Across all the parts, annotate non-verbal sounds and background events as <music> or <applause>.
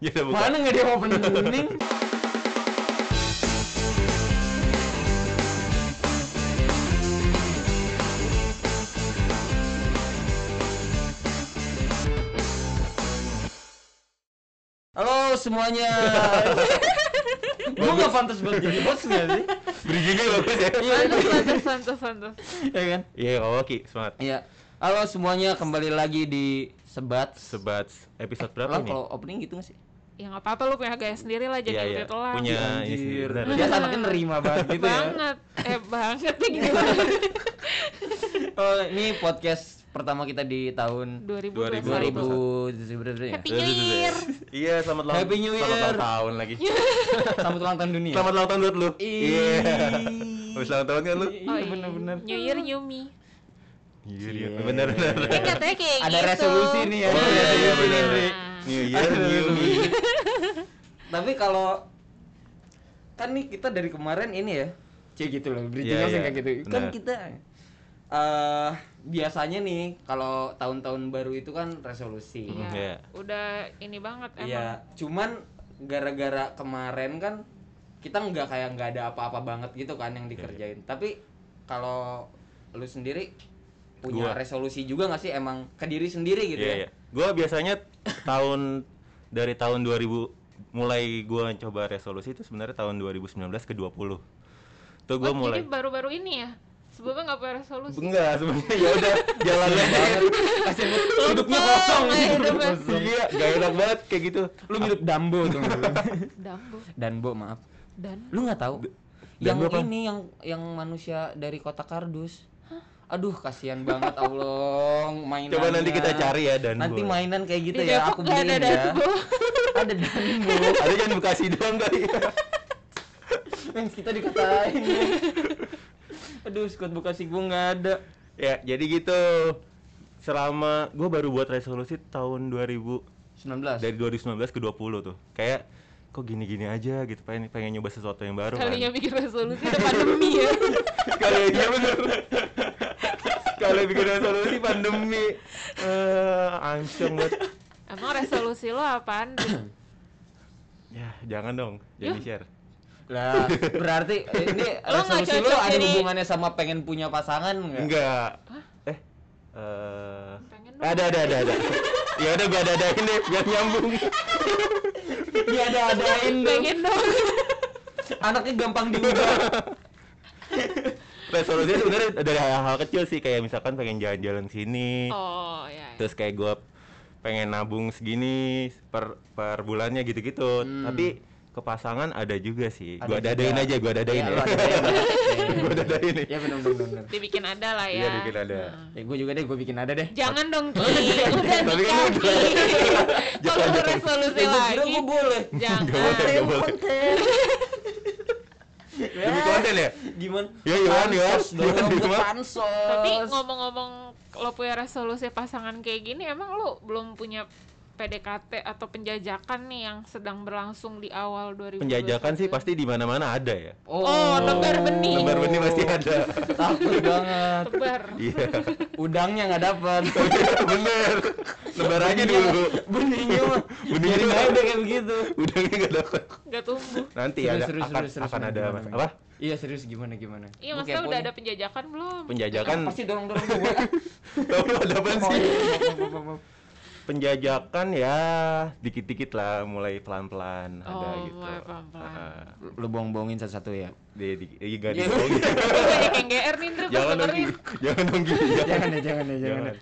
ya udah buka. Mana nggak dia mau pening? Halo semuanya. Gue nggak pantas buat jadi host nggak <laughs> sih? Bridgingnya bagus ya. Iya. Mantap, mantap, mantap, mantap. Iya kan? Iya, oke, Ki. semangat. Iya. Halo semuanya kembali lagi di Sebat. Sebat episode berapa Lah nih? kalau opening gitu nggak sih? Ya nggak apa-apa lu punya gaya sendiri lah jadi Iya, iya. udah telat. Punya ini sendiri, Anjir. benar. Dia anaknya nerima banget gitu ya. banget, eh banget <laughs> ya gimana? Oh, ini podcast pertama kita di tahun 2020. 2000 Happy New Year. Iya, selamat ulang Happy New Selamat Year. ulang tahun lagi. Selamat ulang tahun dunia. Selamat ulang tahun buat lu. Iya. Ih. Habis ulang tahun kan lu? Iya, bener-bener. Oh, New Year, new me. Iya, Iya. iya. Benar, benar. Kan katanya kayak Ada gitu. resolusi nih ya. Oh iya, iya benar. Iya. New Year, New Me. Tapi kalau kan nih kita dari kemarin ini ya. Cie gitu loh, bridging Iya, langsung iya, kayak gitu. Kan benar. kita eh biasanya nih kalau tahun-tahun baru itu kan resolusi. Iya, Iya. Udah ini banget emang. Iya, cuman gara-gara kemarin kan kita nggak kayak nggak ada apa-apa banget gitu kan Iya, yang dikerjain. Tapi kalau lu sendiri punya Gua. resolusi juga nggak sih emang ke diri sendiri gitu Iya, ya? iya. Gua biasanya tahun dari tahun 2000 mulai gua coba resolusi itu sebenarnya tahun 2019 ke 20. Tuh gua Oh, mulai Jadi baru-baru ini ya. Sebelumnya nggak punya resolusi. Enggak, <laughs> sebenarnya ya udah jalan aja. Kasih lu- hidupnya kosong, <laughs> eh, hidupnya hidupnya. kosong. Iya, gak enak banget kayak gitu. Lu hidup Dambo tuh. <laughs> Dambo Dambo maaf. dan Lu nggak tahu? yang Dambo apaan? ini yang yang manusia dari kota kardus. Aduh kasihan banget <laughs> Allah mainannya. Coba nanti kita cari ya, Danbo. Nanti mainan kayak gitu Di ya Depok aku nggak beliin ada ya. Dambo. Ada Dambo. Ada yang di Bekasi doang kali. ya. Men, kita dikatain aduh squad bekasi gue nggak ada ya, jadi gitu. Selama gua baru buat resolusi tahun 2000 19 dari 2019 ke 20 tuh. Kayak kok gini-gini aja gitu pengen pengen nyoba sesuatu yang baru kan. kalinya bikin resolusi udah <laughs> pandemi ya. Kalau iya bener. Kalau bikin resolusi pandemi eh anceng banget. Emang resolusi lo apaan? Ri? Ya, jangan dong. Jangan share. lah berarti eh, ini Lo nggak resolusi lo cocok ada jadi- hubungannya sama pengen punya pasangan nggak Enggak. Eh. eh Pengen dong. ada ada ada ada. ya udah gua ada adain deh biar nyambung. dia Iya, ada adain dong Pengen dong. anaknya gampang diubah Resolusinya sebenarnya dari hal-hal kecil sih kayak misalkan pengen jalan-jalan sini. Oh ya. ya. Terus kayak gua pengen nabung segini per per bulannya gitu-gitu. Tapi ke pasangan ada juga sih. Ada gua dadain juga. aja, gua dadain Iya, ya. lo adain. <laughs> gua dadain nih. ya benar benar benar Dibikin ada lah ya. Iya, bikin ada. Nah. ya gue juga deh gue bikin ada deh Jangan dong Ki, udah <laughs> Tapi kan nikah udah. Ki <laughs> Kalau Jangan. resolusi gue Ya, kira lagi gue boleh Nggak boleh, Jangan nggak boleh. Iya. Demi konten ya? gimana Ya, gimana, gimana? Pansos dong, Gimana, gue gimana? pansos Tapi ngomong-ngomong lo punya resolusi pasangan kayak gini Emang lo belum punya PDKT atau penjajakan nih yang sedang berlangsung di awal 2021 Penjajakan sih pasti di mana-mana ada ya. Oh, lembar benih. Lembar benih pasti ada. takut banget Tebar Iya. udangnya nggak <laughs> dapat Bener. Lebar aja dulu. benihnya mah Benihnya Biarin mah. aja udah kayak begitu Udangnya nggak dapat. Gak tumbuh Nanti Serius, Iya, ada serius, akan, serius, serius, akan serius, ada gimana, mas. gimana? Apa? Iya serius gimana gimana? Iya Gua maksudnya kepo udah nih. ada penjajakan belum? Penjajakan. Pasti dorong dorong <laughs> gue. Tahu lu ada apa Oh, Kan- sih? iya, maaf, maaf, maaf, maaf. Penjajakan ya dikit-dikit lah, mulai pelan-pelan ada Oh, gitu. mulai pelan-pelan. Ah, Lu bohong-bohongin satu-satu ya. di, di, iya, nggak Iya. <laughs> dibohongin. Lu banyak yang GR nih Ndri pas jangan dong, dengerin Ki. jangan dong, Ki. <laughs> jangan ya, jangan ya, jangan. ya. Jangan.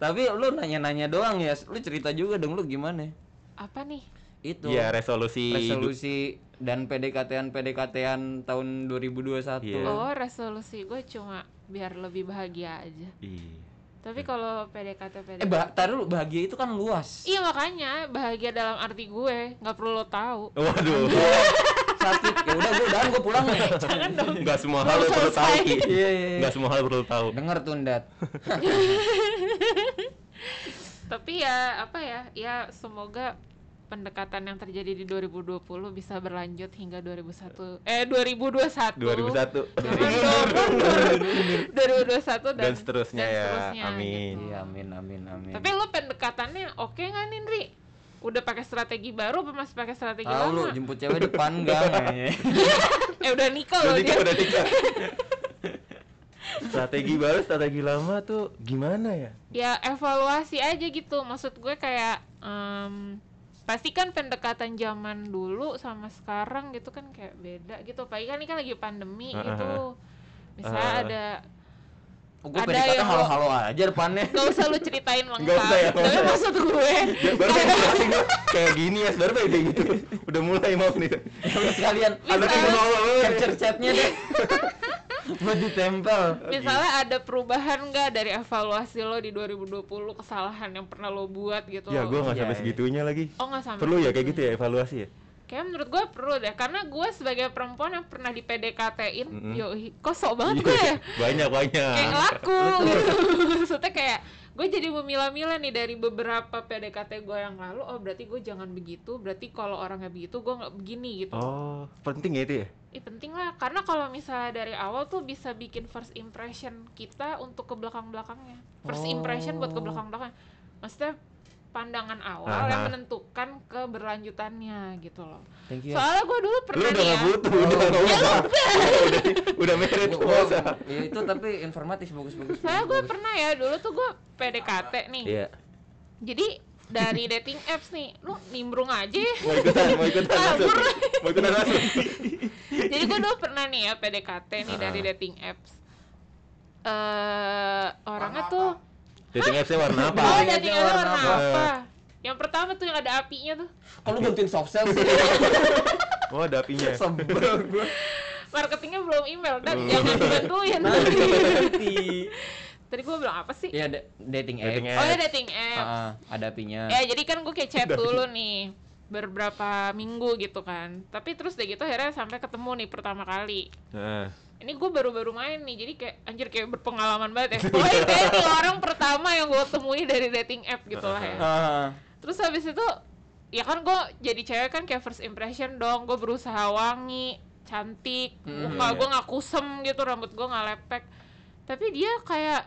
Tapi lu nanya-nanya doang ya. Lu cerita juga dong lu gimana? Apa nih? Itu. Iya, resolusi. hidup. gitu. resolusi dan PDKT-an PDKT-an tahun 2021. Iya. Oh resolusi gue cuma biar lebih bahagia aja Iya. Tapi kalau PDKT PDKT Eh, bah, tar dulu bahagia itu kan luas. Iya makanya bahagia dalam arti gue nggak perlu lo tahu. <laughs> Waduh, <laughs> Sakit. Ya udah gua udahan gua pulang nih. Jangan dong. nggak semua hal Belum perlu tahu, selesai. Ki. Iya, iya, iya. Nggak semua hal perlu tahu. Dengar tuh, Ndat. Tapi ya apa ya? Ya semoga pendekatan yang terjadi di 2020 bisa berlanjut hingga 2001 eh 2001. 2021 <laughs> Jangan dong, mundur. 2021 dan, Dan seterusnya ya. Amin. gitu. Iya, amin amin amin. tapi lo pendekatannya oke nggak nih Nri udah pakai strategi baru apa masih pakai strategi Tahu lu lama? jemput cewek depan <laughs> gang Iya. kayaknya. Eh udah nikah Udah loh tiga, dia. udah tiga. strategi baru, strategi lama tuh gimana ya? ya evaluasi aja gitu maksud gue kayak em, pasti kan pendekatan zaman dulu sama sekarang gitu kan kayak beda gitu apalagi kan ini kan lagi pandemi Ah, ah, gitu ah. misalnya Ah, ah. ada Oh, gue Ada PDKT yang- halo-halo aja depannya. nggak <laughs> usah lu ceritain lengkap usah ya, <laughs> nggak tapi usah ya. maksud <laughs> gue Ya, baru pengen jelasin gua, kayak gini ya, baru pengen kayak gitu. Udah mulai mau nih. Ya udah sekalian Ada ada yang mau mau. capture chatnya <laughs> deh. Buat ditempel. misalnya ada perubahan nggak dari evaluasi lo di 2020 kesalahan yang pernah lo buat gitu Ya, gua nggak Iya, sampai iya. segitunya lagi. oh nggak sama Perlu ya kayak gitu ya evaluasi ya? Kayaknya menurut gue perlu deh karena gue sebagai perempuan yang pernah di PDKT-in Mm-mm. yoi kosok Iya, banget gue ya Banyak banyak. kayak laku gitu <laughs> maksudnya kayak gue jadi memilah-milah nih dari beberapa PDKT gue yang lalu oh berarti gue jangan begitu berarti kalau orangnya begitu gue nggak begini gitu Oh, penting ya itu ya? Ih, penting lah karena kalau misalnya dari awal tuh bisa bikin first impression kita untuk ke belakang-belakangnya first impression buat Oh. ke belakang-belakang maksudnya pandangan awal yang Aha. menentukan keberlanjutannya gitu loh Thank you. soalnya gue Iya. dulu Lu pernah udah nih ya nggak butuh, udah nggak usah. Udah, udah merit, Gua- nggak gua- usah. ya itu tapi informatif bagus-bagus. soalnya gue bagus. pernah ya dulu tuh gue PDKT nih Iya. Jadi dari dating apps nih, lu nimbrung aja. ya. Mau ikutan, mau ikutan langsung. Kabur. Mau ikutan langsung. Jadi gue dulu pernah nih ya PDKT nih Ah. dari dating apps. Eh orangnya tuh Dating apps-nya warna apa? Oh, Warnanya dating apps warna apa? apa? Yang pertama tuh yang ada apinya tuh. Kalau gantiin soft sell <laughs> sih. Oh, ada Iya. <laughs> apinya. Sebel gue. Marketingnya belum email dan Belum. jangan <laughs> dibantuin. Nanti nanti. Tadi gue bilang apa sih? Ya da- dating Dating app. app. Oh ya Iya, dating apps. Ah, ada apinya. Ya jadi kan gue kayak chat dulu nih beberapa minggu gitu kan. Tapi terus deh gitu akhirnya sampai ketemu nih pertama kali. Heeh. ini gue baru-baru main nih jadi kayak anjir kayak berpengalaman banget ya <laughs> pokoknya kayak ini orang pertama yang gue temui dari dating app gitu lah <laughs> ya Ah, terus habis itu ya kan gue jadi cewek kan kayak first impression dong gue berusaha wangi cantik Hmm, muka iya. gue nggak kusem gitu rambut gue nggak lepek tapi dia kayak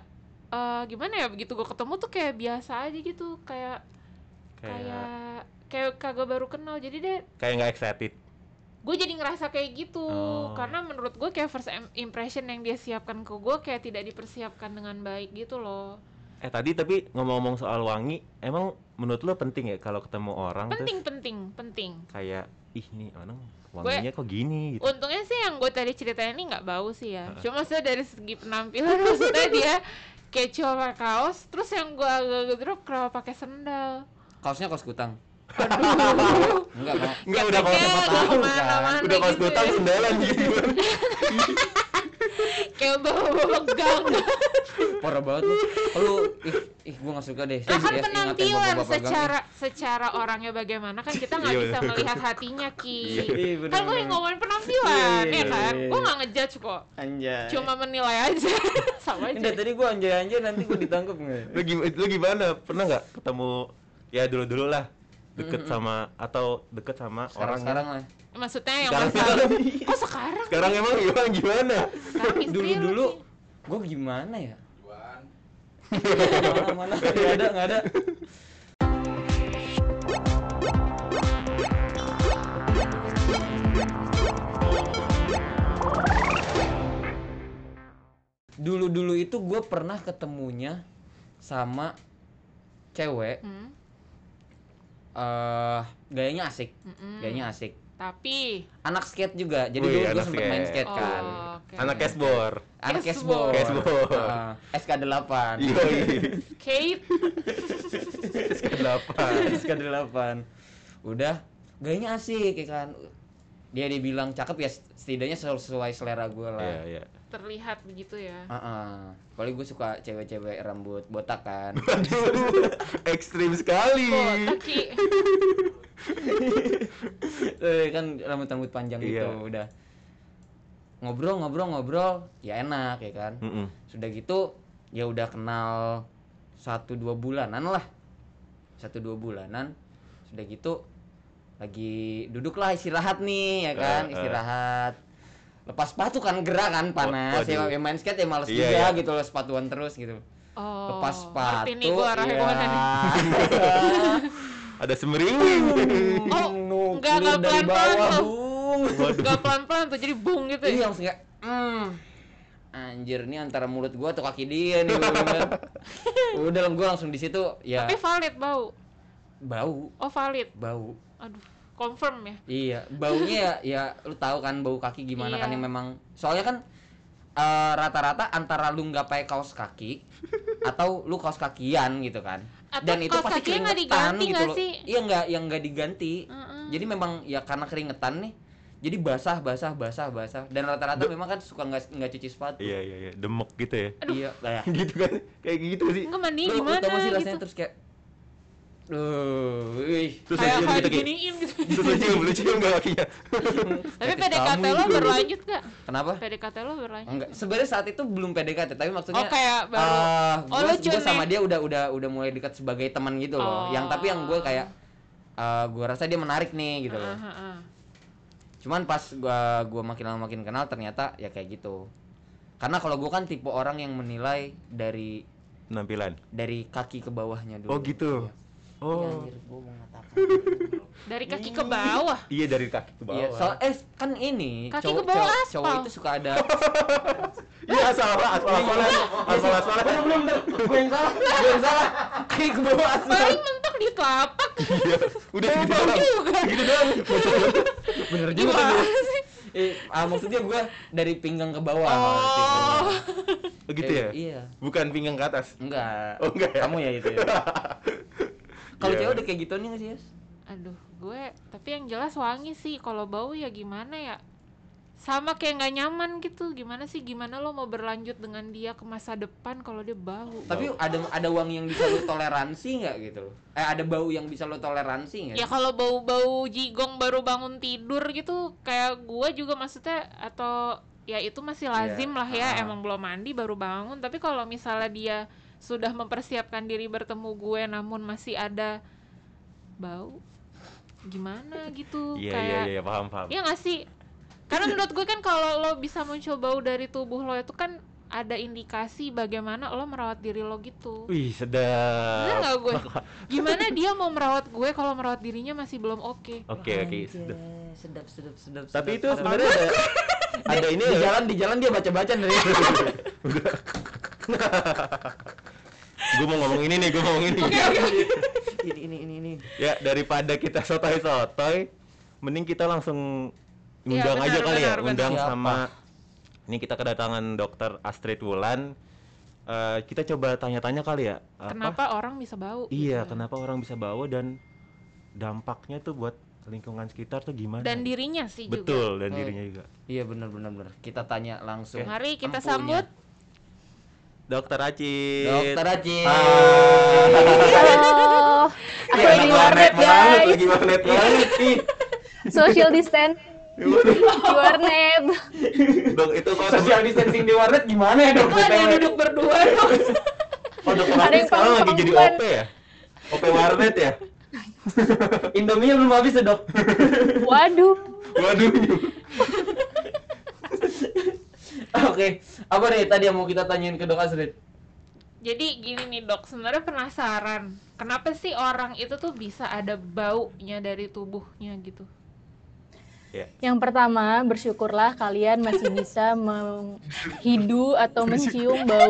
eh, gimana ya begitu gue ketemu tuh kayak biasa aja gitu kayak Kayak kayak kayak kagak baru kenal jadi dia kayak nggak excited. gue jadi ngerasa kayak gitu Oh. karena menurut gue kayak first im- impression yang dia siapkan ke gue kayak tidak dipersiapkan dengan baik gitu loh Eh tadi tapi ngomong-ngomong soal wangi, emang menurut lo penting ya kalau ketemu orang penting terus penting penting kayak ih nih orang wanginya kok gini gitu. untungnya sih yang gue tadi ceritain ini nggak bau sih ya cuma saya dari segi penampilan <laughs> maksudnya dia kecoh sama kaos terus yang gue agak drop kenapa pakai sendal kaosnya kaos kutang. aduh Enggak mau. Enggak udah kalau Keteknya tempat nggak tahu, kemana-mana udah kalau gitu sebutan ya. sendalan gitu. <laughs> kayak bawa gang Parah banget lu. Oh, Lu ih, ih gua gak suka deh. ya, Nah, kan Serius, ingatin penampilan bapak-bapak gang. secara secara orangnya bagaimana kan kita nggak Iya, bisa bener. melihat hatinya ki Iya, bener, kan gue bener. yang ngomongin penampilan Iya, ya iya, kan iya, gue iya. nggak ngejudge kok Anjay. cuma menilai aja sama Ini dari aja tadi gua anjay-anjay nanti gua ditangkap enggak? Lu gim- lu gimana? Pernah nggak ketemu ya dulu-dulu lah deket sama atau deket sama orang yang- Sekarang-sekarang lah. maksudnya yang sekarang masalah sekarang, kok sekarang sekarang emang gimana gimana? <laughs> sekarang istri lu, Dulu-dulu Ki. gua gimana ya? Mana mana enggak ada, enggak ada. Dulu-dulu itu gua pernah ketemunya sama cewek Hmm, eh gayanya asik mm-mm. gayanya asik tapi anak skate juga jadi Wih, dulu gue anak sempet skate. main skate kan oh, oke. Anak cashbor. anak Cashball. cashball Cashball. Heeh, Ah. SK8 <laughs> Iya. Kate Kenapa? SK8 udah gayanya asik ya kan dia dibilang cakep ya setidaknya sesuai selera gue lah Iya, iya. terlihat begitu ya Heeh. Paling gue suka cewek-cewek rambut botak <laughs> kan Aduh, ekstrim sekali. kok taki Eh, kan rambut-rambut panjang Iya. gitu udah ngobrol ngobrol ngobrol ya enak ya kan Mm-mm. sudah gitu ya udah kenal satu dua bulanan lah satu dua bulanan sudah gitu lagi duduklah istirahat nih ya kan Eh, eh. istirahat lepas sepatu kan gerak kan panas ya, waduh. ya main skate ya males Iya, juga iya. gitu loh sepatuan terus gitu oh lepas sepatu <laughs> ya. ngerti nih gue arahnya kemana nih iya. ada semeriwing Oh, Nuklir nggak, nggak dari pelan-pelan bawah, tuh. Bung. waduh Gak pelan-pelan tuh jadi bung gitu Iya ya. langsung kayak mm. Anjir nih antara mulut gua atau kaki dia nih gua bilang <laughs> kan. Udah lah, gua langsung di situ ya Tapi valid bau. bau, Oh, valid. bau. Aduh, confirm ya. Iya, baunya ya, ya lu tahu kan bau kaki gimana kan Iya. yang memang soalnya kan eh, rata-rata antara lu nggak pakai kaos kaki <laughs> atau lu kaos kakian gitu kan. Atau Dan itu kaos pasti kakinya nggak keringetan diganti gitu nggak loh. sih? Iya nggak, yang nggak diganti. Heeh. Jadi memang ya karena keringetan nih. Jadi basah, basah, basah, basah. Dan rata-rata memang kan suka nggak nggak cuci sepatu. iya iya iya demek gitu ya Iya, lah. <laughs> gitu kan kayak gitu sih Enggak mandi Lu, lu gimana tau gak sih rasanya gitu. terus kayak Duh, wih. terus aja Kayak kayak kita kayak diginiin gitu. terus aja lu cium nggak <laughs> kakinya Tapi Kaki PDKT kamu lo itu. berlanjut gak? Kenapa? PDKT lo berlanjut. Enggak, sebenarnya saat itu belum PDKT, tapi maksudnya Oh, kayak baru. ah, Oh, gua, lu gua sama cune. dia udah udah udah mulai dekat sebagai teman gitu loh. Oh. Yang tapi yang gue kayak ah, gua gue rasa dia menarik nih gitu loh. Heeh, heeh. Cuman pas gua gua makin lama makin kenal ternyata ya kayak gitu. Karena kalau gua kan tipe orang yang menilai dari penampilan dari kaki ke bawahnya dulu. oh gitu Iya. Iya, oh anjir, gua mau ngatakan. Dari kaki ke bawah. iya dari kaki ke Iya, bawah soal eh kan ini Kaki cowok, ke bawah cowok, aspal. cowok itu suka <laughs> ada iya Eh! asal asal asal asal asal iya. Belum, belum, belum. Gue yang salah, gue yang salah. Kaki ke bawah aspal. Paling mentok di telapak. Iya, udah gitu Bau doang juga. gitu doang Bener juga. Gimana tuh. sih? Eh, ah, maksudnya gue dari pinggang ke bawah. Oh. Oh, gitu ya Iya. bukan pinggang ke atas Enggak. Oh, enggak ya? Kamu ya <laughs> itu. ya. Iya. Kalau cewek udah kayak gitu nih nggak sih, Yus? Aduh, gue tapi yang jelas wangi sih. Kalau bau ya gimana ya? Sama kayak nggak nyaman gitu. Gimana sih? Gimana lo mau berlanjut dengan dia ke masa depan kalau dia bau? Oh. Tapi ada ada wangi yang bisa lo toleransi nggak gitu loh? Eh ada bau yang bisa lo toleransi nggak? Iya Ya kalau bau-bau jigong baru bangun tidur gitu kayak gua juga maksudnya atau ya itu masih Iya, lazim lah ah. ya emang belum mandi baru bangun tapi kalau misalnya dia sudah mempersiapkan diri bertemu gue namun masih ada bau gimana iya gitu iya kayak iya paham paham Iya gak sih? Karena menurut gue kan kalau lo bisa muncul bau dari tubuh lo itu kan ada indikasi bagaimana lo merawat diri lo gitu. wih Bener sedap gak <laughs> gue? Gimana dia mau merawat gue kalau merawat dirinya masih belum oke? oke oke Anjay, sedap Sedap, sedap, sedap. tapi sedap, itu sedap. <laughs> sebenarnya ada ada ini di Iya. ya jalan di jalan dia baca-baca <laughs> dari gue mau ngomong ini nih gue mau ngomong ini ini ini ini ini. ya daripada kita sotoy sotoy mending kita langsung Iya, undang benar, aja kali ya benar, benar. undang Siapa? sama ini kita kedatangan dokter Astrid Wulan Eh, kita coba tanya-tanya kali ya apa- Kenapa orang bisa bau? iya gitu. kenapa orang bisa bawa dan dampaknya tuh buat lingkungan sekitar tuh gimana Dan dirinya sih juga. betul dan Hmm. dirinya juga Iya benar benar benar. Kita tanya langsung. Mari kita empunya. <laughs> sambut. dokter Acit Dokter Aji. <laughs> Halo. Aku ini warnet guys. lagi warnet Iya, banget ih Social distance di warnet. dok itu Social distancing di warnet gimana ya dok? Ada yang duduk berdua dok. Oh, dokter Ada Acit yang sekarang lagi jadi perempuan. OP ya OP warnet <laughs> ya <laughs> Indomie belum habis ya dok. Waduh. waduh <laughs> Oke. Apa nih tadi yang mau kita tanyain ke dok Astrid? Jadi gini nih dok, sebenarnya penasaran. Kenapa sih orang itu tuh bisa ada baunya dari tubuhnya gitu? Yang pertama, bersyukurlah kalian masih bisa menghidu atau mencium bau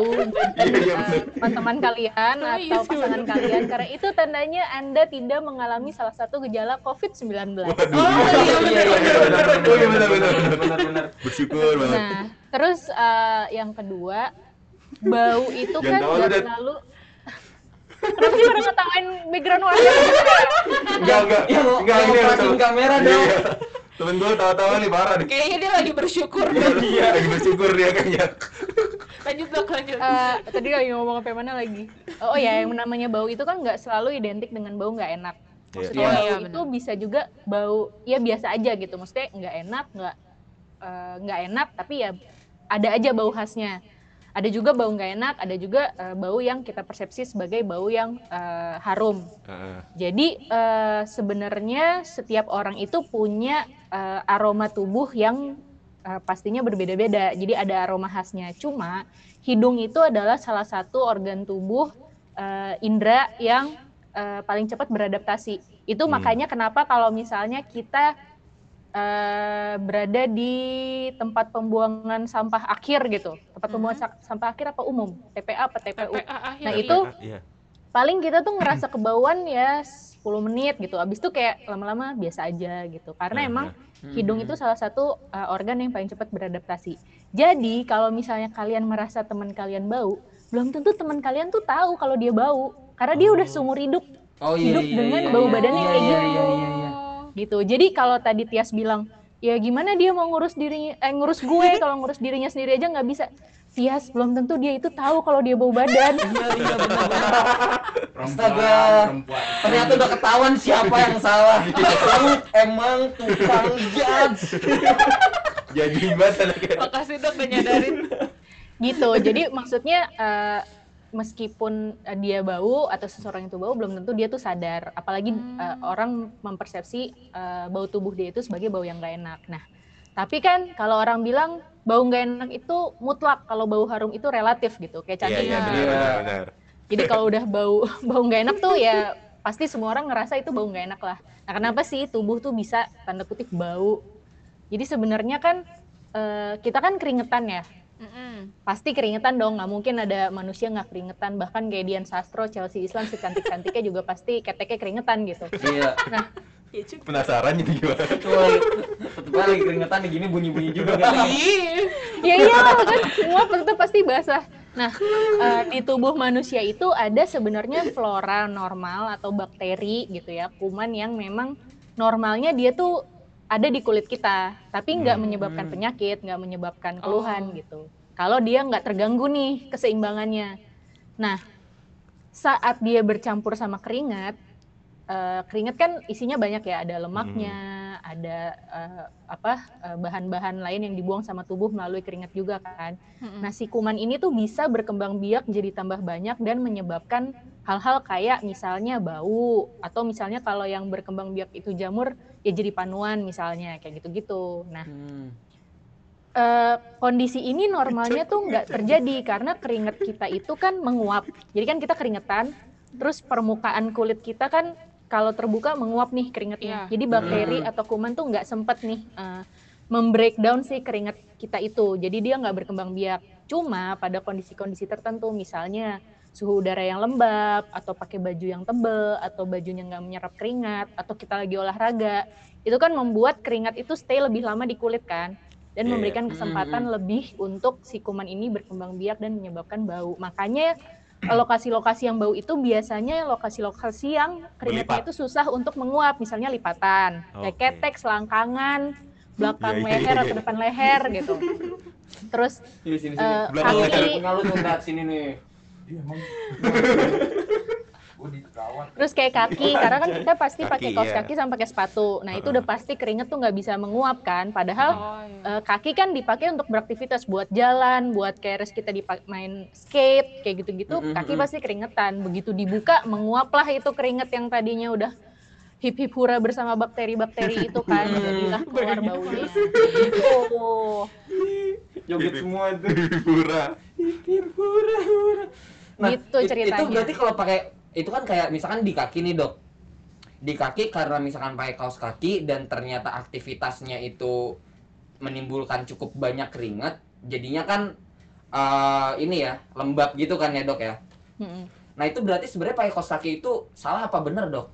Iya, iya, badan eh, bener. teman-teman kalian Oh, iya atau sih, pasangan bener. kalian karena itu tandanya Anda tidak mengalami salah satu gejala COVID-19. iya, benar, benar, Oh, iya, benar, benar, benar. benar benar. bersyukur banget Nah, terus eh, yang kedua, bau itu Jangan kan tawa lu, nggak Dan. selalu Kenapa sih pada ngetawain background warna? enggak enggak Ya, iya, mau- mau ini pasang temen- kamera Iya, dong. iya. temen gue tawa-tawa nih parah nih Kayaknya dia lagi bersyukur. Iya, <laughs> iya lagi bersyukur dia kayaknya lanjut dok, lanjut. Eh, tadi lagi ngomong apa yang mana lagi? Oh ya, yang namanya bau itu kan nggak selalu identik dengan bau nggak enak. Maksudnya Iya. bau Iya, itu benar. bisa juga bau ya biasa aja gitu. Maksudnya nggak enak, nggak eh, nggak enak, tapi ya ada aja bau khasnya. Ada juga bau nggak enak, ada juga eh, bau yang kita persepsi sebagai bau yang eh, harum. Jadi eh, sebenarnya setiap orang itu punya eh, aroma tubuh yang eh, pastinya berbeda-beda. Jadi ada aroma khasnya. Cuma hidung itu adalah salah satu organ tubuh eh, indera yang eh, paling cepat beradaptasi. Itu Hmm. makanya kenapa kalau misalnya kita eh, berada di tempat pembuangan sampah akhir gitu, tempat pembuangan sa- sampah akhir apa umum, TPA apa TPU. TPA akhir Nah, iya. itu- Iya. Paling kita tuh ngerasa kebauan ya 10 menit gitu. Abis itu kayak lama-lama biasa aja gitu. Nah, Karena emang nah. <laughs> hidung itu salah satu uh, organ yang paling cepat beradaptasi. Jadi kalau misalnya kalian merasa teman kalian bau, belum tentu teman kalian tuh tahu kalau dia bau karena dia udah Oh. seumur hidup oh, iya, hidup iya, dengan iya, bau iya, badannya iya, kayak iya, gitu. Iya, iya, iya. gitu. Jadi kalau tadi Tias bilang, ya gimana dia mau ngurus dirinya eh ngurus gue <laughs> kalau ngurus dirinya sendiri aja nggak bisa. Tias belum tentu dia itu tahu kalau dia bau <laughs> badan. Iya, iya, benar-benar. <laughs> Perempuan, Astaga. perempuan. Ternyata udah ketahuan siapa yang <laughs> salah. Kamu emang tukang judge. Jadi banget anaknya. Makasih dok udah nyadarin. gitu jadi maksudnya eh, meskipun eh, dia bau atau seseorang itu bau belum tentu dia tuh sadar apalagi Hmm. eh, orang mempersepsi eh, bau tubuh dia itu sebagai bau yang gak enak nah tapi kan kalau orang bilang bau gak enak itu mutlak kalau bau harum itu relatif gitu Iya, kayak cantik iya, Iya. benar, benar, benar. jadi kalau udah bau <laughs> bau nggak enak tuh ya pasti semua orang ngerasa itu bau nggak enak lah. Nah kenapa sih tubuh tuh bisa tanda kutip bau? Jadi sebenarnya kan eh, kita kan keringetan ya. Mm-mm. Pasti keringetan dong, nggak mungkin ada manusia nggak keringetan. Bahkan kayak Dian Sastro, Chelsea Islam, si cantik-cantiknya juga pasti keteknya keringetan gitu. Iya. Ya Penasaran ini gimana? <laughs> Tuh, tetep aja lagi keringetan nih, gini bunyi-bunyi juga kan. Iya. Ih, ya iyalah kan semua itu pasti basah. Nah, eh, di tubuh manusia itu ada sebenarnya flora normal atau bakteri gitu ya, kuman yang memang normalnya dia tuh ada di kulit kita, tapi nggak Hmm. menyebabkan penyakit, nggak menyebabkan Oh. keluhan gitu. Kalau dia nggak terganggu nih keseimbangannya. Nah, saat dia bercampur sama keringat, eh, keringat kan isinya banyak ya, ada lemaknya, Hmm. ada eh, apa eh, bahan-bahan lain yang dibuang sama tubuh melalui keringat juga kan. Mm-mm. Nah, si kuman ini tuh bisa berkembang biak jadi tambah banyak dan menyebabkan hal-hal kayak misalnya bau atau misalnya kalau yang berkembang biak itu jamur ya jadi panuan misalnya kayak gitu-gitu. Nah, Hmm. eh, kondisi ini normalnya tuh nggak terjadi karena keringat kita itu kan menguap. Jadi kan kita keringetan, terus permukaan kulit kita kan kalau terbuka menguap nih keringatnya. Iya. Jadi bakteri atau kuman tuh nggak sempet nih eh, membreakdown si keringat kita itu. Jadi dia nggak berkembang biak. Cuma pada kondisi-kondisi tertentu, misalnya suhu udara yang lembab, atau pakai baju yang tebel, atau bajunya nggak menyerap keringat, atau kita lagi olahraga, itu kan membuat keringat itu stay lebih lama di kulit kan, Iya, iya. dan memberikan kesempatan lebih untuk si kuman ini berkembang biak dan menyebabkan bau. Makanya eh, lokasi-lokasi yang bau itu biasanya lokasi-lokasi yang Melipat. keringatnya itu susah untuk menguap, misalnya lipatan, kayak Oke. ketek, selangkangan, belakang Iya, iya, leher iya. atau depan leher gitu. Terus Iya, Sini sini sini. eh, Belakang Lu leher. kaki, punya lu tuh Nat, sini nih. Iya, emang. Gua dikawat. terus kayak kaki karena kan kita pasti Iya. Kaki, pakai kaos iya. kaki sama pakai sepatu nah itu Heeh. udah pasti keringet tuh nggak bisa menguap kan padahal Oh, iya. eh, kaki kan dipakai untuk beraktivitas buat jalan buat kayak res kita dipak- main skate kayak gitu-gitu Mm-mm, kaki mm-mm. pasti keringetan begitu dibuka menguap lah itu keringet yang tadinya udah hip hip hura bersama bakteri-bakteri itu kan Mm. jadilah keluar <laughs> baunya gitu Joget semua tuh. Pura. Pikir hura hura. it- Gitu Itu ceritanya. berarti kalau pakai itu kan kayak misalkan di kaki nih dok. Di kaki karena misalkan pakai kaos kaki dan ternyata aktivitasnya itu menimbulkan cukup banyak keringat, jadinya kan eh, ini ya lembab gitu kan ya dok ya. Mm-mm. Nah itu berarti sebenarnya pakai kaos kaki itu salah apa bener dok?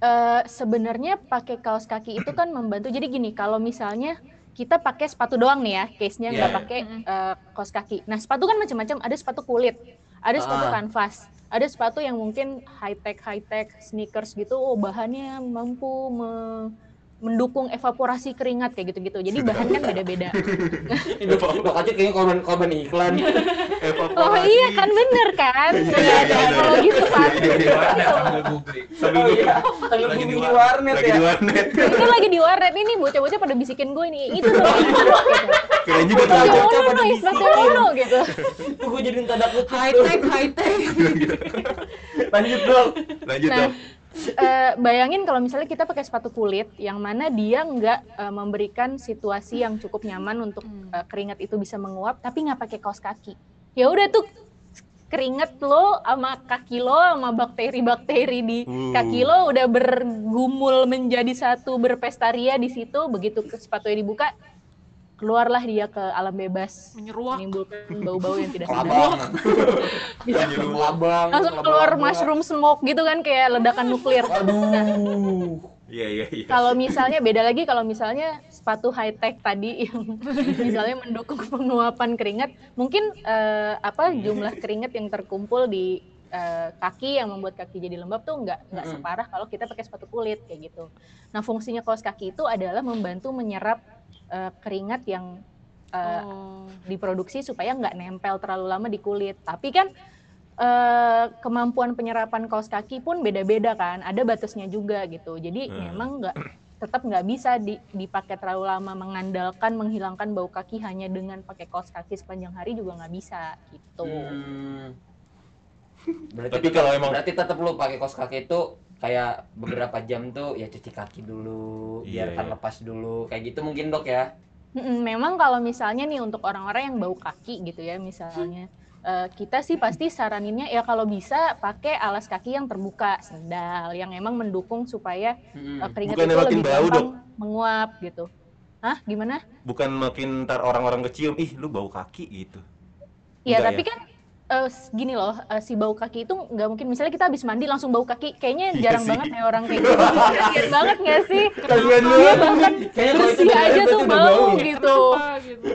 Eh, sebenarnya pakai kaos kaki itu kan membantu. Jadi gini, kalau misalnya kita pakai sepatu doang nih ya, case-nya Iya, nggak iya. pakai Mm-mm. eh, kaos kaki. Nah, sepatu kan macam-macam, ada sepatu kulit, ada sepatu Ah. kanvas, ada sepatu yang mungkin high tech high tech sneakers gitu, oh, bahannya mampu me- mendukung evaporasi keringat kayak gitu-gitu. Jadi bahan kan beda-beda. <laughs> Ini dok, dok aja kayaknya korban korban iklan. Evaporasi. Oh iya kan bener kan? Iya, Iya, iya, kan? iya, Kalau iya. gitu kan. Iya, iya, Warnet sambil googling. Sambil Oh iya, sambil Lagi di booming di war- warnet Lagi ya. di warnet. Ini lagi di warnet ini bocah-bocah pada bisikin gue ini itu tuh. <laughs> gitu. Keren juga tuh. Sepatu Bocah-bocah uno pada nih, sepatu uno gitu. Itu gue jadi tanda kutip. High tuh. <laughs> tech, high tech. Lanjut dok. <laughs> Lanjut Nah, dong. eh, bayangin kalau misalnya kita pakai sepatu kulit yang mana dia nggak eh, memberikan situasi yang cukup nyaman untuk Hmm. eh, keringat itu bisa menguap, tapi nggak pakai kaos kaki. Ya udah tuh keringet lo sama kaki lo sama bakteri-bakteri di Uh. kaki lo udah bergumul menjadi satu berpestaria di situ begitu ke- sepatunya dibuka keluarlah dia ke alam bebas menyeruak menimbulkan bau-bau yang tidak sedap kelabang Iya, kelabang langsung keluar mushroom smoke gitu kan kayak ledakan nuklir aduh Iya iya iya. kalau misalnya beda lagi kalau misalnya sepatu high tech tadi yang <laughs> misalnya mendukung penguapan keringat mungkin eh, apa jumlah keringat yang terkumpul di eh, kaki yang membuat kaki jadi lembab tuh nggak nggak Mm-mm. separah kalau kita pakai sepatu kulit kayak gitu nah fungsinya kaos kaki itu adalah membantu menyerap eh, keringat yang eh, oh. diproduksi supaya nggak nempel terlalu lama di kulit. Tapi kan eh, kemampuan penyerapan kaos kaki pun beda-beda kan, ada batasnya juga gitu. Jadi Hmm. memang nggak tetap nggak bisa di- dipakai terlalu lama mengandalkan menghilangkan bau kaki hanya dengan pakai kaos kaki sepanjang hari juga nggak bisa gitu. Hmm. Berarti Tapi tetap- kalau emang- berarti tetap lu pakai kaos kaki itu kayak beberapa jam tuh ya cuci kaki dulu, Iya, biarkan iya. lepas dulu. Kayak gitu mungkin, Dok ya. Mm-mm, Memang kalau misalnya nih untuk orang-orang yang bau kaki gitu ya misalnya eh, kita sih pasti saraninnya ya kalau bisa pakai alas kaki yang terbuka sendal yang emang mendukung supaya Mm-mm. Eh, keringat Bukannya itu makin lebih bau, gampang menguap gitu. Hah, gimana? Bukan makin ntar orang-orang kecium, ih lu bau kaki gitu. Iya, Enggak tapi kan eh, s- gini loh, eh, si bau kaki itu nggak mungkin misalnya kita habis mandi langsung bau kaki, kayaknya Iya jarang sih. banget deh orang kayak gitu. Kasian banget nggak sih? Kasihan lu. gitu. Dia bahkan Kayaknya kalau itu bersih dari aja itu tuh udah bau bau ya. gitu. Kenapa gitu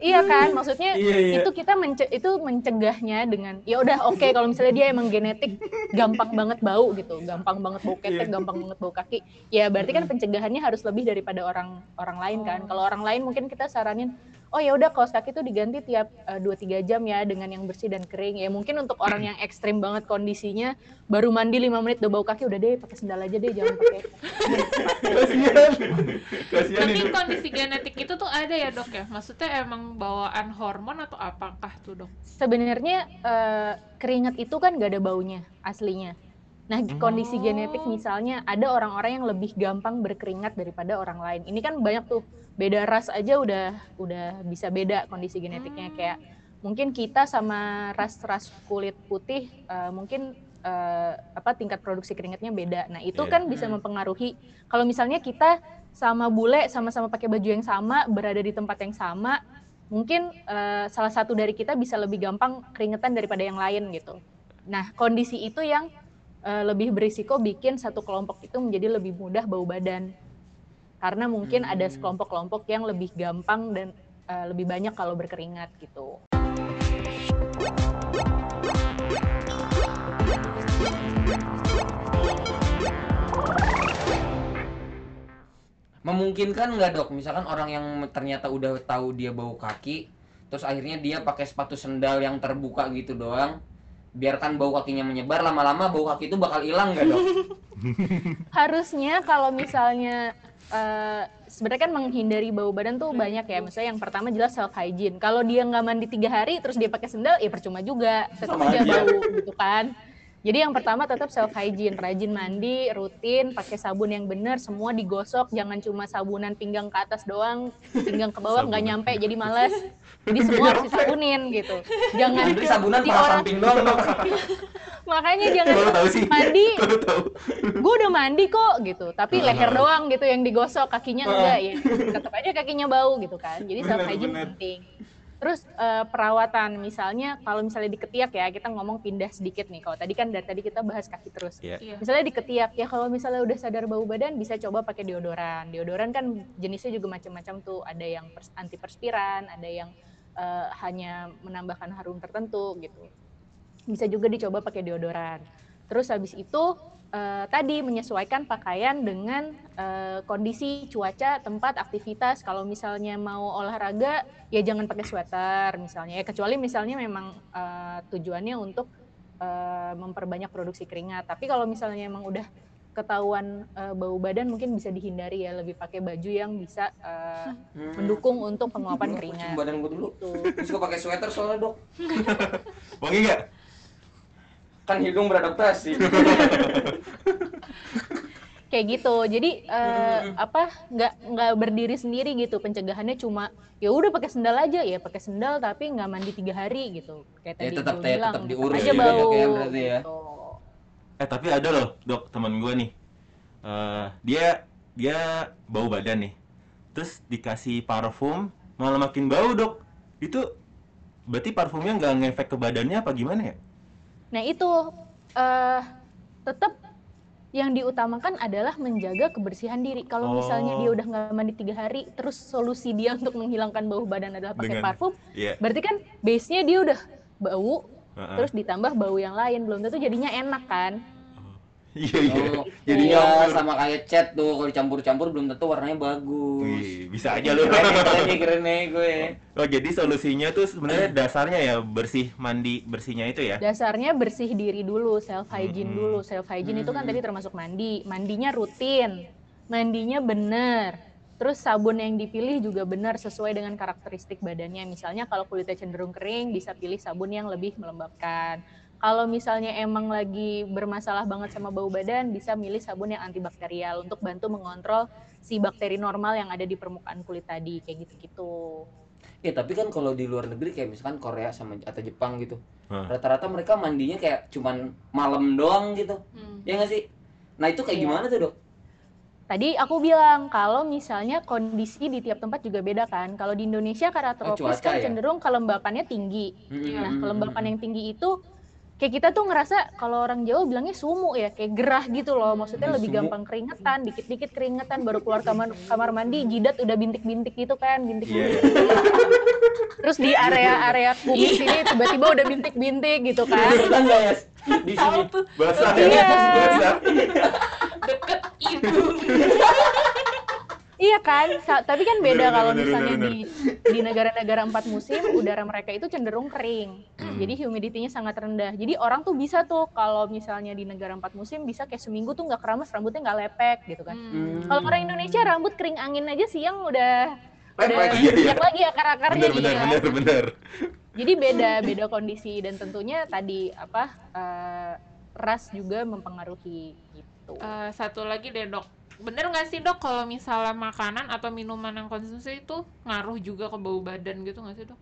Iya kan? Maksudnya Iya iya. itu kita mence- itu mencegahnya dengan ya udah oke kalau misalnya dia emang genetik gampang banget bau gitu, gampang banget bau Iya. ketek, gampang banget bau kaki. Ya berarti kan pencegahannya harus lebih daripada orang orang lain kan. Kalau orang lain mungkin kita saranin oh ya udah kaos kaki itu diganti tiap eh, 2-3 jam ya dengan yang bersih dan kering. Ya mungkin untuk orang yang ekstrim banget kondisinya baru mandi 5 menit udah bau kaki udah deh pakai sendal aja deh jangan pakai. Kasihan. Kasihan tapi hidup. kondisi genetik itu tuh ada ya dok ya maksudnya emang bawaan hormon atau apakah tuh dok Sebenarnya eh, keringat itu kan gak ada baunya aslinya. Nah, Oh. kondisi genetik misalnya ada orang-orang yang lebih gampang berkeringat daripada orang lain. Ini kan banyak tuh beda ras aja udah udah bisa beda kondisi genetiknya Hmm. kayak mungkin kita sama ras-ras kulit putih eh, mungkin eh, apa tingkat produksi keringatnya beda. Nah, itu Iya. kan bisa Hmm. mempengaruhi kalau misalnya kita sama bule sama-sama pakai baju yang sama, berada di tempat yang sama, mungkin eh, salah satu dari kita bisa lebih gampang keringetan daripada yang lain gitu. Nah, kondisi itu yang eh, lebih berisiko bikin satu kelompok itu menjadi lebih mudah bau badan. Karena mungkin ada Hmm. kelompok-kelompok yang lebih gampang dan eh, lebih banyak kalau berkeringat gitu. Memungkinkan nggak, Dok? Misalkan orang yang ternyata udah tahu dia bau kaki, terus akhirnya dia pakai sepatu sendal yang terbuka gitu doang. Biarkan bau kakinya menyebar lama-lama bau kaki itu bakal hilang nggak, <laughs> Dok? harusnya kalau misalnya eh, sebenarnya kan menghindari bau badan tuh banyak ya misalnya yang pertama jelas self hygiene kalau dia nggak mandi tiga hari terus dia pakai sendal ya percuma juga tetap Sama aja. aja bau gitu kan jadi yang pertama tetap self hygiene rajin mandi rutin pakai sabun yang benar semua digosok jangan cuma sabunan pinggang ke atas doang pinggang ke bawah nggak Sabunan. nyampe jadi malas jadi semua harus disabunin gitu jangan Nanti sabunan di paha orang- samping doang, Dok. makanya jangan Kalau tahu sih. mandi Kalau tahu. gue udah mandi kok gitu tapi Heeh. leher doang gitu yang digosok kakinya Heeh. enggak ya tetap aja kakinya bau gitu kan jadi self Ah. hygiene Benar, benar. penting terus eh, perawatan misalnya kalau misalnya di ketiak ya kita ngomong pindah sedikit nih kalau tadi kan dari tadi kita bahas kaki terus Iya. Iya. misalnya di ketiak ya kalau misalnya udah sadar bau badan bisa coba pakai deodoran deodoran kan jenisnya juga macam-macam tuh ada yang pers- antiperspiran ada yang eh, hanya menambahkan harum tertentu gitu bisa juga dicoba pakai deodoran terus habis itu eh, tadi menyesuaikan pakaian dengan eh, kondisi cuaca tempat aktivitas kalau misalnya mau olahraga ya jangan pakai sweater misalnya ya kecuali misalnya memang eh, tujuannya untuk eh, memperbanyak produksi keringat. Tapi kalau misalnya emang udah ketahuan eh, bau badan mungkin bisa dihindari ya lebih pakai baju yang bisa eh, Hmm. <laughs> mendukung untuk penguapan Gua keringat. Hmm. kucing badan gua dulu. Gitu. Terus gua pakai sweater soalnya, Dok. Wangi nggak? <laughs> Kan hidung beradaptasi. kayak gitu jadi eh, Mm. apa nggak nggak berdiri sendiri gitu pencegahannya cuma ya udah pakai sendal aja ya pakai sendal tapi nggak mandi tiga hari gitu kayak Ya, tadi tetap- Ibu ya, bilang, tetap diurus aja juga bau ya, berarti ya. gitu. Eh tapi ada loh dok teman gue nih, Eh, dia dia bau badan nih, terus dikasih parfum malah makin bau dok. Itu berarti parfumnya nggak ngefek ke badannya apa gimana ya? nah itu eh tetap yang diutamakan adalah menjaga kebersihan diri. Kalau misalnya Oh. dia udah nggak mandi tiga hari, terus solusi dia untuk menghilangkan bau badan adalah pakai Dengan- parfum, Iya. berarti kan base-nya dia udah bau, heeh. terus ditambah bau yang lain, belum tentu jadinya enak kan? <laughs> Iya iya. Oh, Jadi iya, nyampur. sama kayak cat tuh kalau dicampur-campur belum tentu warnanya bagus. Wih, bisa Iya, aja loh. Keren nih, keren nih, keren nih gue. <laughs> Oh jadi solusinya tuh sebenarnya dasarnya ya bersih mandi bersihnya itu ya. Dasarnya bersih diri dulu, self hygiene Mm-mm. dulu. Self hygiene itu kan Mm-mm. tadi termasuk mandi. Mandinya rutin, mandinya benar. Terus sabun yang dipilih juga benar sesuai dengan karakteristik badannya. Misalnya kalau kulitnya cenderung kering, bisa pilih sabun yang lebih melembabkan. Kalau misalnya emang lagi bermasalah banget sama bau badan, bisa milih sabun yang antibakterial untuk bantu mengontrol si bakteri normal yang ada di permukaan kulit tadi, kayak gitu-gitu. Ya tapi kan kalau di luar negeri kayak misalkan Korea sama atau Jepang gitu, Hah. rata-rata mereka mandinya kayak cuman malam doang gitu. Hmm. Ya nggak sih? Nah itu kayak Iya. gimana tuh dok? Tadi aku bilang kalau misalnya kondisi di tiap tempat juga beda kan. Kalau di Indonesia karena Oh, cuaca tropis kan ya? Hmm. cenderung kelembapannya tinggi. Nah, Mm-mm. kelembapan yang tinggi itu kayak kita tuh ngerasa kalau orang Jawa bilangnya sumu ya, kayak gerah gitu loh. Maksudnya Hmm, lebih sumu. gampang keringetan, dikit-dikit keringetan baru keluar kamar kamar mandi, jidat udah bintik-bintik gitu kan, bintik-bintik. Iya. Terus di area-area kumis ini tiba-tiba udah bintik-bintik gitu kan. Bener kan guys? Di sini. Tahu tuh ya? Basah Iya. ya. Basah. deket hidung. Iya kan, Sa- tapi kan Bener, beda bener, kalau bener, misalnya bener, di di negara-negara empat musim udara mereka itu cenderung kering, Hmm. jadi humidity-nya sangat rendah. Jadi orang tuh bisa tuh kalau misalnya di negara empat musim bisa kayak seminggu tuh nggak keramas rambutnya nggak lepek gitu kan. Hmm. Kalau orang Indonesia rambut kering angin aja siang udah Lepek. Iya, udah iya. banyak lagi akar-akarnya Bener gitu bener kan. bener bener. Jadi beda beda kondisi dan tentunya tadi apa eh, ras juga mempengaruhi gitu. Eh, satu lagi deh dok, bener nggak sih dok kalau misalnya makanan atau minuman yang konsumsi itu ngaruh juga ke bau badan gitu nggak sih dok?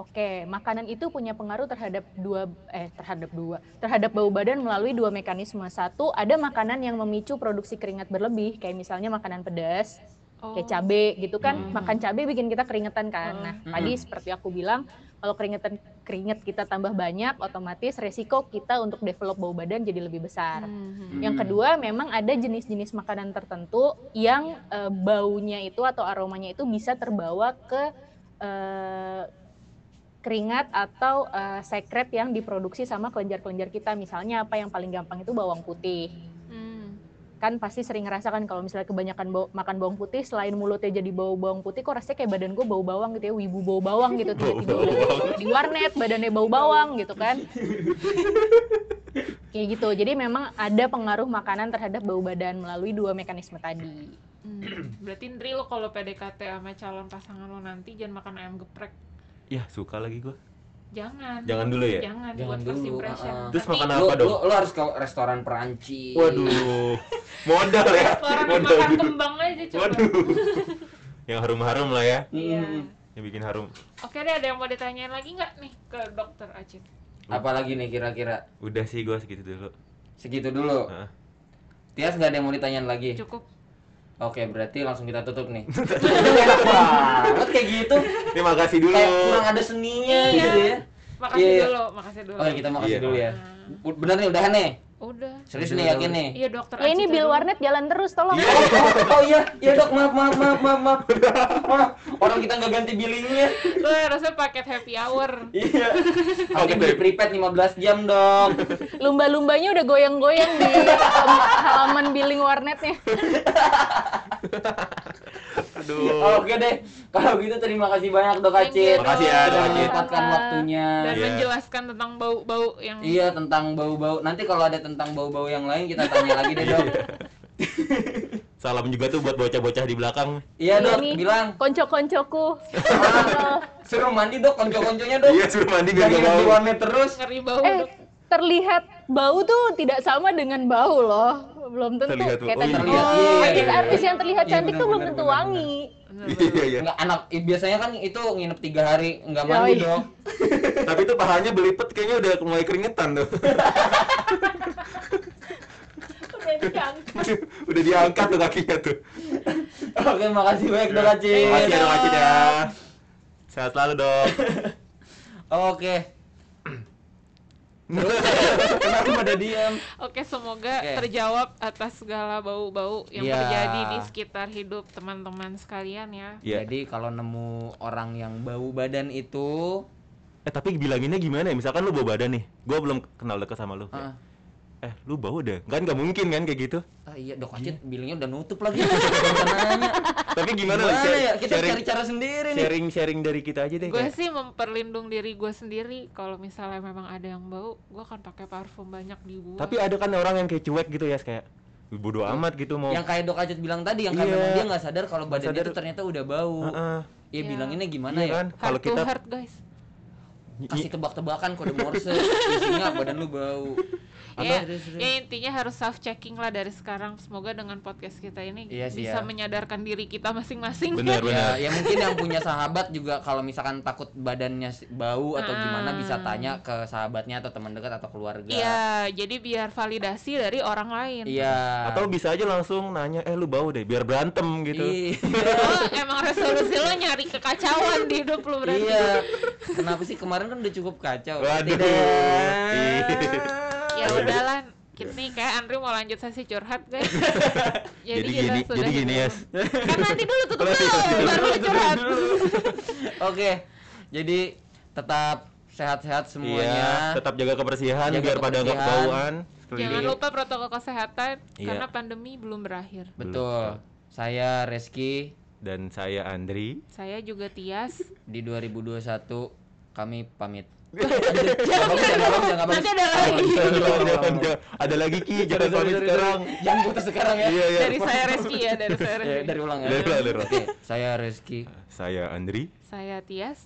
Oke, makanan itu punya pengaruh terhadap dua eh terhadap dua terhadap bau badan melalui dua mekanisme. Satu, ada makanan yang memicu produksi keringat berlebih, kayak misalnya makanan pedas, Oh. kayak cabe gitu kan. Hmm. Makan cabe bikin kita keringetan kan. Hmm. Nah, tadi seperti aku bilang, kalau keringetan keringet kita tambah banyak, otomatis resiko kita untuk develop bau badan jadi lebih besar. Hmm. Hmm. Yang kedua, memang ada jenis-jenis makanan tertentu yang eh, baunya itu atau aromanya itu bisa terbawa ke eh, keringat atau eh, sekret yang diproduksi sama kelenjar-kelenjar kita. Misalnya apa yang paling gampang itu bawang putih. Hmm. Kan pasti sering ngerasakan kalau misalnya kebanyakan bau- makan bawang putih, selain mulutnya jadi bau bawang putih, kok rasanya kayak badan gue bau bawang gitu ya, wibu bau bawang gitu. Bau Tiba-tiba udah bawang. <laughs> di warnet badannya bau bawang gitu <laughs> kan kayak gitu jadi memang ada pengaruh makanan terhadap bau badan melalui dua mekanisme tadi Hmm. Berarti Ndri lo kalau PDKT sama calon pasangan lo nanti jangan makan ayam geprek. Ya suka lagi gua. Jangan. Jangan dulu ya. Jangan, Jangan buat first dulu, impression. ah, ah. Terus Tapi <laughs> makan Lu, apa dong? lu, lu harus ke restoran Perancis. Waduh. <laughs> Modal ya. Restoran Modal makan dulu. kembang aja coba. Waduh. <laughs> Yang harum-harum lah ya. Iya. Hmm. Yang bikin harum. Oke deh, ada yang mau ditanyain lagi nggak nih ke dokter Acit? Iya. Apalagi nih kira-kira Udah sih gua segitu dulu. segitu dulu. <laughs> Heeh. Tias nggak ada yang mau ditanyain lagi. Cukup. Oke, berarti langsung kita <laughs> tutup nih. Aduh, enak banget kayak gitu. Terima kasih dulu. Kayak kurang ada seninya Iya. gitu ya. Makasih Iya. dulu, makasih dulu. Oke, kita makasih Iya. dulu ya. Nah, U- Bener nih, udahan nih. udah. Serius Udah, nih, udah, yakin udah. nih. Iya dokter. ya ini Acit bill dulu. <laughs> warnet jalan terus tolong Iya. Oh, oh, oh, iya, iya dok, maaf, maaf, maaf, maaf, maaf. Maaf, <laughs> Orang kita nggak ganti billingnya. Lo harusnya paket happy hour. Iya. Harus Oke, beli baik. prepaid 15 jam dong. lumba-lumbanya udah goyang-goyang <laughs> di hem- halaman billing warnetnya Aduh. Oh, Oke deh. Kalau gitu terima kasih banyak dok Thank you, Acit. Dok. Makasih ya, Dok Sudah Acit. menyempatkan Sama-sama. waktunya. Dan Iya. menjelaskan tentang bau-bau yang Iya tentang bau-bau. Nanti kalau ada tentang bau-bau yang lain kita tanya lagi deh dok. Salam juga tuh buat bocah-bocah di belakang. Iya Ini dok, nih, bilang. konco-koncoku Ah, suruh mandi dok, konco-konconya dok. Iya, suruh mandi biar Jangan gak di bau. warnet terus. Oh, ngeri bau. eh dok. terlihat bau tuh tidak sama dengan bau loh belum tentu Terlihat kayak wangi. tadi Terlihat, Oh, iya, iya, artis iya. artis yang terlihat Iya, cantik tuh benar, belum benar, tentu benar, wangi <laughs> Bener, bener. Iya, iya. Enggak anak i- biasanya kan itu nginep tiga hari nggak Ya, mandi <laughs> iya. dong. Tapi itu pahanya belipet kayaknya udah mulai keringetan <laughs> tuh. udah diangkat udah diangkat tuh kakinya tuh. Oke Iya. makasih banyak dok Acin. Makasih ya dok Aci ya. Sehat selalu dok. Oke. Kenapa pada diam? Oke, semoga Oke. terjawab atas segala bau-bau yang Iya. terjadi di sekitar hidup teman-teman sekalian ya. Iya. <laughs> Jadi kalau nemu orang yang bau badan itu, Eh tapi bilanginnya gimana ya? Misalkan lu bau badan nih, gua belum kenal deket sama lu. ah, Eh lu bau deh, kan nggak mungkin kan kayak gitu. ah, iya dok Acin billingnya udah nutup lagi. Bukan nanya. Tapi <laughs> gimana, Gimana lah, share- ya? Kita sharing, cari cara sendiri nih. sharing sharing dari kita Iya, aja deh. Gue kayak. sih memperlindung diri gue sendiri. Kalau misalnya memang ada yang bau, gue akan pakai parfum banyak dibuang. Tapi ada kan orang yang kayak cuek gitu ya kayak bodo amat gitu mau. Yang kayak dok Acin bilang tadi, yang kayak Iya. memang dia nggak sadar kalau badannya sadar. itu ternyata udah bau. Heeh. Ya Iya. bilanginnya gimana Iya ya? kan? Iya. Kalau heart to kita heart, guys. Kasih tebak-tebakan kode Morse, isinya badan lu bau. Iya, Ya, Serius, serius. ya intinya harus self checking lah dari sekarang. Semoga dengan podcast kita ini Iya sih, ya. bisa menyadarkan diri kita masing-masing. benar <laughs> benar. Ya, ya mungkin yang punya sahabat juga kalau misalkan takut badannya si- bau atau gimana bisa tanya ke sahabatnya atau teman dekat atau keluarga. Ah. Iya, jadi biar validasi dari orang lain. Iya. Atau bisa aja langsung nanya, eh lu bau deh, biar berantem gitu. <laughs> <laughs> I- Oh, emang resolusi lo nyari kekacauan di hidup lo berarti. iya. Kenapa sih kemarin kan udah cukup kacau. Waduh. <laughs> Iya. Ya udahlah, ini kayak Andri mau lanjut sesi curhat guys. Jadi, kita gini, sudah jadi gini ya. Kan nanti dulu tutup Nanti, dulu, nanti baru dulu, lo curhat. Oke. Jadi tetap sehat-sehat Iya, semuanya. tetap jaga kebersihan Jaga biar pada nggak kebersihan. kebauan. Jangan Sekeliling. lupa protokol kesehatan Iya. karena pandemi belum berakhir. Betul. Saya Reski Dan saya Andri. <laughs> Saya juga Tias. <laughs> di 2021 kami pamit. Jangan bagus, jangan bagus, jangan bagus. Nanti ada lagi. Jangan, jangan, jangan. Iya, Ada lagi Ki, jangan Iya, Sorry, pamit sorry, sekarang. sorry. Jangan putus sekarang ya. Iya, iya. Dari saya Reski ya, dari saya Ya, Reski. dari ulang ya. Dari ulang, dari ulang. Oke, saya Reski Saya Andri. Saya Tias.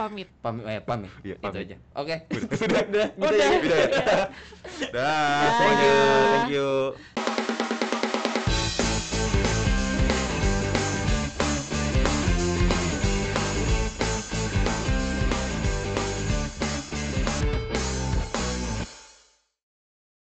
Pamit. pamit eh pamit. Iya, Itu pamit. aja. Oke. Sudah, sudah. gitu ya. Udah. Dah, thank you, thank you.